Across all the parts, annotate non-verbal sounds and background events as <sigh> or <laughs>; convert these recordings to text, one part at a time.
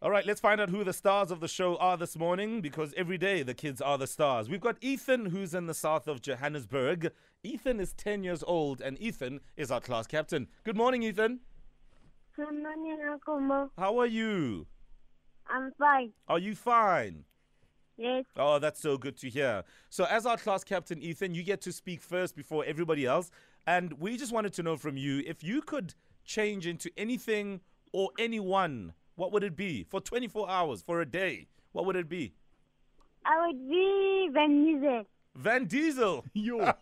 All right, let's find out who the stars of the show are this morning because every day the kids are the stars. We've got Ethan, who's in the south of Johannesburg. Ethan is 10 years old, and Ethan is our class captain. Good morning, Ethan. Good morning, Uncle Mo. How are you? I'm fine. Are you fine? Yes, Oh, that's so good to hear. So, as our class captain, Ethan, you get to speak first before everybody else. And we just wanted to know from you if you could change into anything or anyone, what would it be for 24 hours, for a day? What would it be? I would be Van Diesel. Van Diesel. Yo.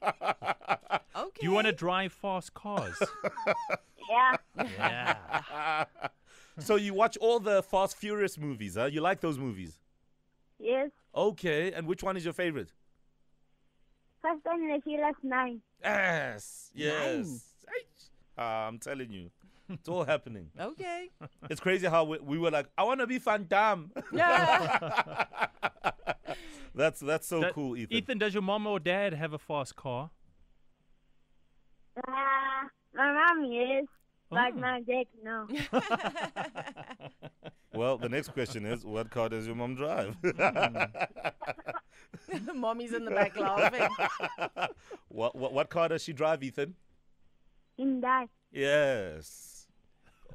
Okay. You want to drive fast cars? Yeah, yeah. so, you watch all the Fast Furious movies, huh? You like those movies? yes. Okay. And which one is your favorite? First time in the last nine. Yes. Yes. Aish. Ah, I'm telling you, it's all happening. Okay. It's crazy how we, we were like, I want to be Van Damme. <laughs> Yeah. <laughs> <laughs> That's that's so That- cool, Ethan. Ethan, does your mom or dad have a fast car? Uh, my mom, yes. But Oh. my dad, no. Well, the next question is, <laughs> what car does your mom <laughs> drive? Hmm. Mommy's in the back laughing. what, what what car does she drive, Ethan? In that. Yes.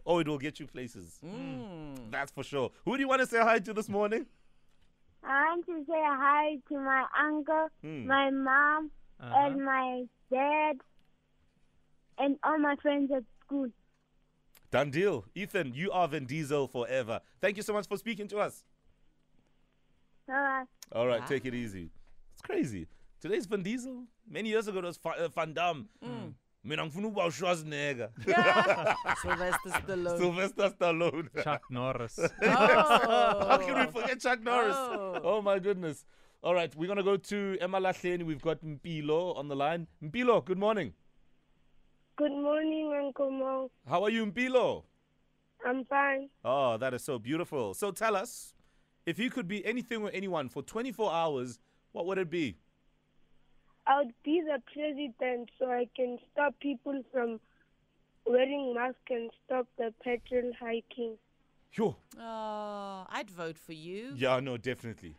Oh, it will get you places. <laughs> <laughs> That's for sure. Who do you want to say hi to this morning? I want to say hi to my uncle, Hmm. my mom, Uh-huh. and my dad, and all my friends at school. Done deal. Ethan, you are Vin Diesel forever. Thank you so much for speaking to us. Uh, All right, take it easy. It's crazy. Today's Vin Diesel. Many years ago, it was Fa- uh, Van Damme. Mm. Mina ngifuna ukuba uSchwarzenegger. <laughs> Sylvester Stallone. Sylvester Stallone. Chuck Norris. Oh. <laughs> How can we forget Chuck Norris? Oh, Oh. my goodness. All right, we're going to go to Emma Lahleni. We've got Mpilo on the line. Mpilo, good morning. good morning, Uncle Mo. How are you, Mpilo? I'm fine. Oh, that is so beautiful. So tell us, if you could be anything or anyone for 24 hours, what would it be? I would be the president so I can stop people from wearing masks and stop the petrol hiking. Yo, Oh, I'd vote for you. yeah, no, definitely.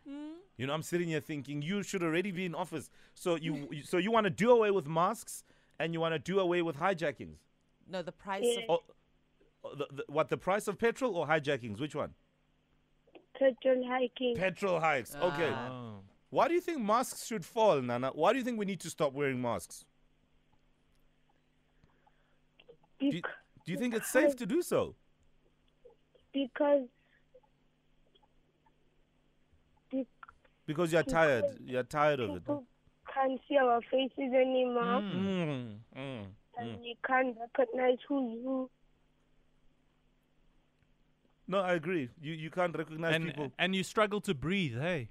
You know, I'm sitting here thinking you should already be in office. So you, you- so you want to do away with masks and you want to do away with hijackings? No, the price Yeah. of Oh, oh, the, the, what the price of petrol or hijackings? Which one? Petrol hiking. Petrol hikes. Okay. Ah. Oh. Why do you think masks should fall, Nana? Why do you think we need to stop wearing masks? Do you, Bec- do you think it's safe to do so? because be- Because you're tired. You're tired of <laughs> it. people can't see our faces anymore Mm, mm. and we can't recognize who's who. No, I agree. You you can't recognize people. And, and you struggle to breathe, hey?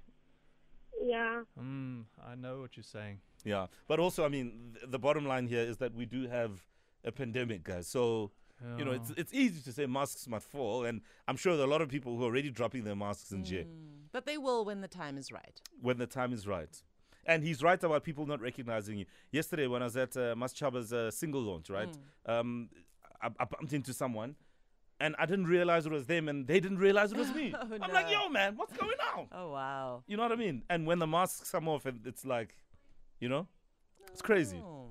Yeah. Mm, I know what you're saying. Yeah, but also, I mean, th- the bottom line here is that we do have a pandemic, guys. So you know, it's it's easy to say masks must fall, and I'm sure there are a lot of people who are already dropping their masks in jail But they will when the time is right. when the time is right. And he's right about people not recognizing you. Yesterday, when I was at uh, Mas Chaba's uh, single launch, right, Mm. um, I, I bumped into someone. And I didn't realize it was them, and they didn't realize it was me. <laughs> Oh, I'm like, no. yo, man, what's going on? Oh wow. You know what I mean? And when the masks come off, it- it's like, you know, it's crazy. Oh.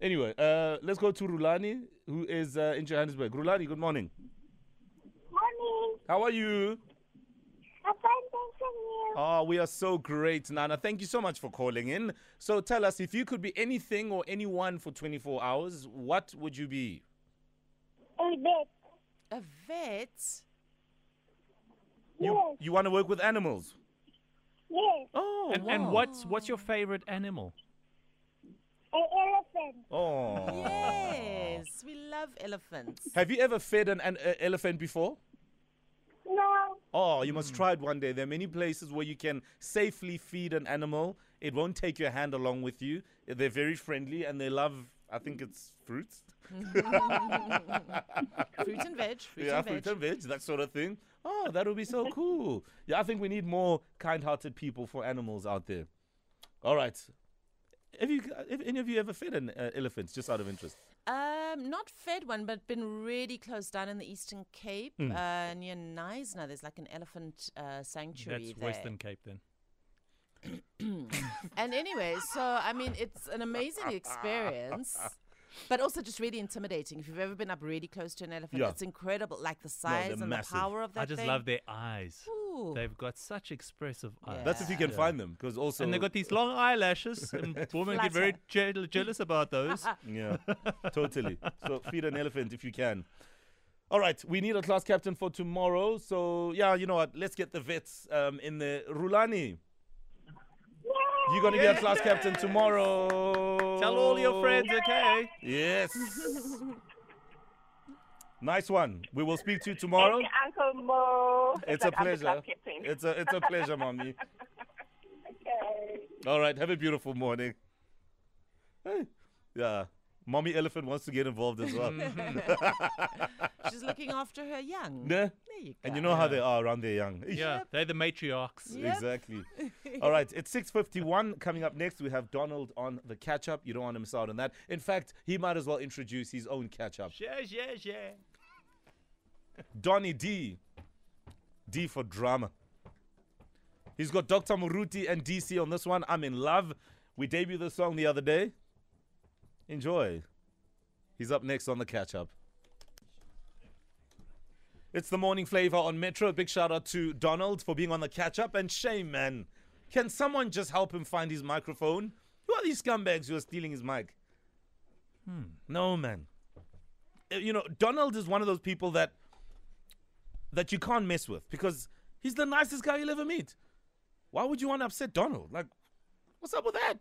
Anyway, uh, let's go to Rulani, who is uh, in Johannesburg. Rulani, good morning. Morning. How are you? I'm fine, thanks and you. Oh, we are so great, Nana. Thank you so much for calling in. So tell us, if you could be anything or anyone for 24 hours, what would you be? A bit. A vet. You, you want to work with animals? Yes. Oh, And, wow. and what's what's your favorite animal? An elephant. Oh. Yes, we love elephants. Have you ever fed an, an uh, elephant before? No. Oh, you must try it one day. There are many places where you can safely feed an animal. It won't take your hand along with you. They're very friendly and they love, I think it's fruits. Fruit and veg. Fruit yeah, and veg. fruit and veg, that sort of thing. Oh, that would be so cool. Yeah, I think we need more kind-hearted people for animals out there. All right. Have you, have any of you ever fed an uh, elephant, just out of interest? Um, not fed one, but been really close down in the Eastern Cape uh, near Neisner. There's like an elephant uh, sanctuary That's there. Western Cape then. And anyway, so I mean, it's an <laughs> amazing experience, but also just really intimidating. If you've ever been up really close to an elephant, Yeah. it's incredible, like the they're size and massive. the power of that I just thing. love their eyes. Ooh. <laughs> They've got such expressive eyes. That's if you can Yeah. find them, because also and they've got these long eyelashes, and women get very jeal- jealous about those. Yeah, totally. So feed an elephant if you can. All right, we need a class captain for tomorrow. So yeah, you know what? Let's get the vets um, in the Rulani. You're gonna be a class captain tomorrow. Tell all your friends, okay? Yes. nice one. We will speak to you tomorrow. Uncle Mo. It's a like I'm the pleasure. club captain. It's a it's a pleasure, mommy. <laughs> Okay. All right, have a beautiful morning. Hey. Yeah, mommy elephant wants to get involved as well. She's looking after her Yeah. young. There you go. And you know how they are around their young. Yeah, they're the matriarchs. Yep. Exactly. All right, it's 6:51 coming up next we have Donald on the catch up. You don't want to miss out on that. In fact, he might as well introduce his own catch up. Yeah, yeah, yeah. Donny D. D for drama. He's got Dr. Muruti and DC on this one. I'm in love. We debuted the song the other day. Enjoy. He's up next on the catch up. It's the morning flavor on Metro. Big shout out to Donald for being on the catch up. And shame, man. Can someone just help him find his microphone? Who are these scumbags who are stealing his mic? Hmm. No, man. Uh, You know, Donald is one of those people that that you can't mess with because he's the nicest guy you'll ever meet. Why would you want to upset Donald? Like, what's up with that?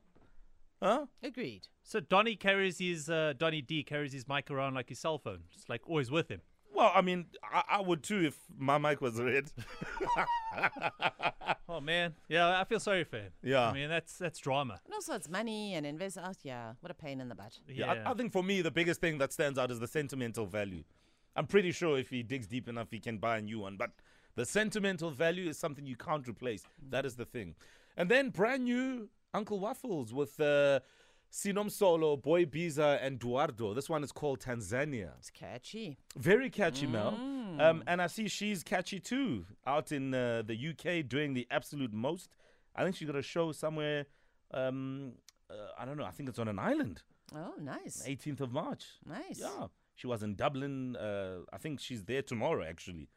Huh? Agreed. So Donnie carries his uh, Donnie D carries his mic around like his cell phone, just like always with him. Well, I mean, I, I would too if my mic was red. <laughs> Oh man, yeah, I feel sorry for him. Yeah. I mean that's that's drama. And also, it's money and invest. Oh, yeah. What a pain in the butt. Yeah, I, I think for me, the biggest thing that stands out is the sentimental value. I'm pretty sure if he digs deep enough, he can buy a new one. But the sentimental value is something you can't replace. That is the thing. And then brand new Uncle Waffles with uh, Sinom Solo, Boy Biza, and Duardo. This one is called Tanzania. It's catchy. Very catchy, Mel. Um, and I see she's catchy too, out in uh, the UK doing the absolute most. I think she's got a show somewhere. Um, uh, I don't know. I think it's on an island. Oh, nice. 18th of March. Nice. Yeah. She was in Dublin. Uh, I think she's there tomorrow, actually.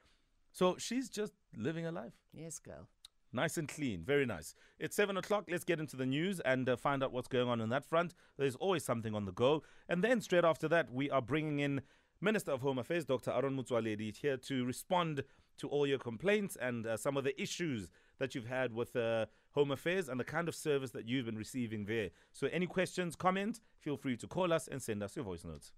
So she's just living her life. Yes, girl. Nice and clean. Very nice. It's 7 o'clock. Let's get into the news and uh, find out what's going on on that front. There's always something on the go. And then straight after that, we are bringing in Minister of Home Affairs, Dr. Aaron Mutsualedi, here to respond to all your complaints and uh, some of the issues that you've had with uh, Home Affairs and the kind of service that you've been receiving there. So any questions, comments, feel free to call us and send us your voice notes.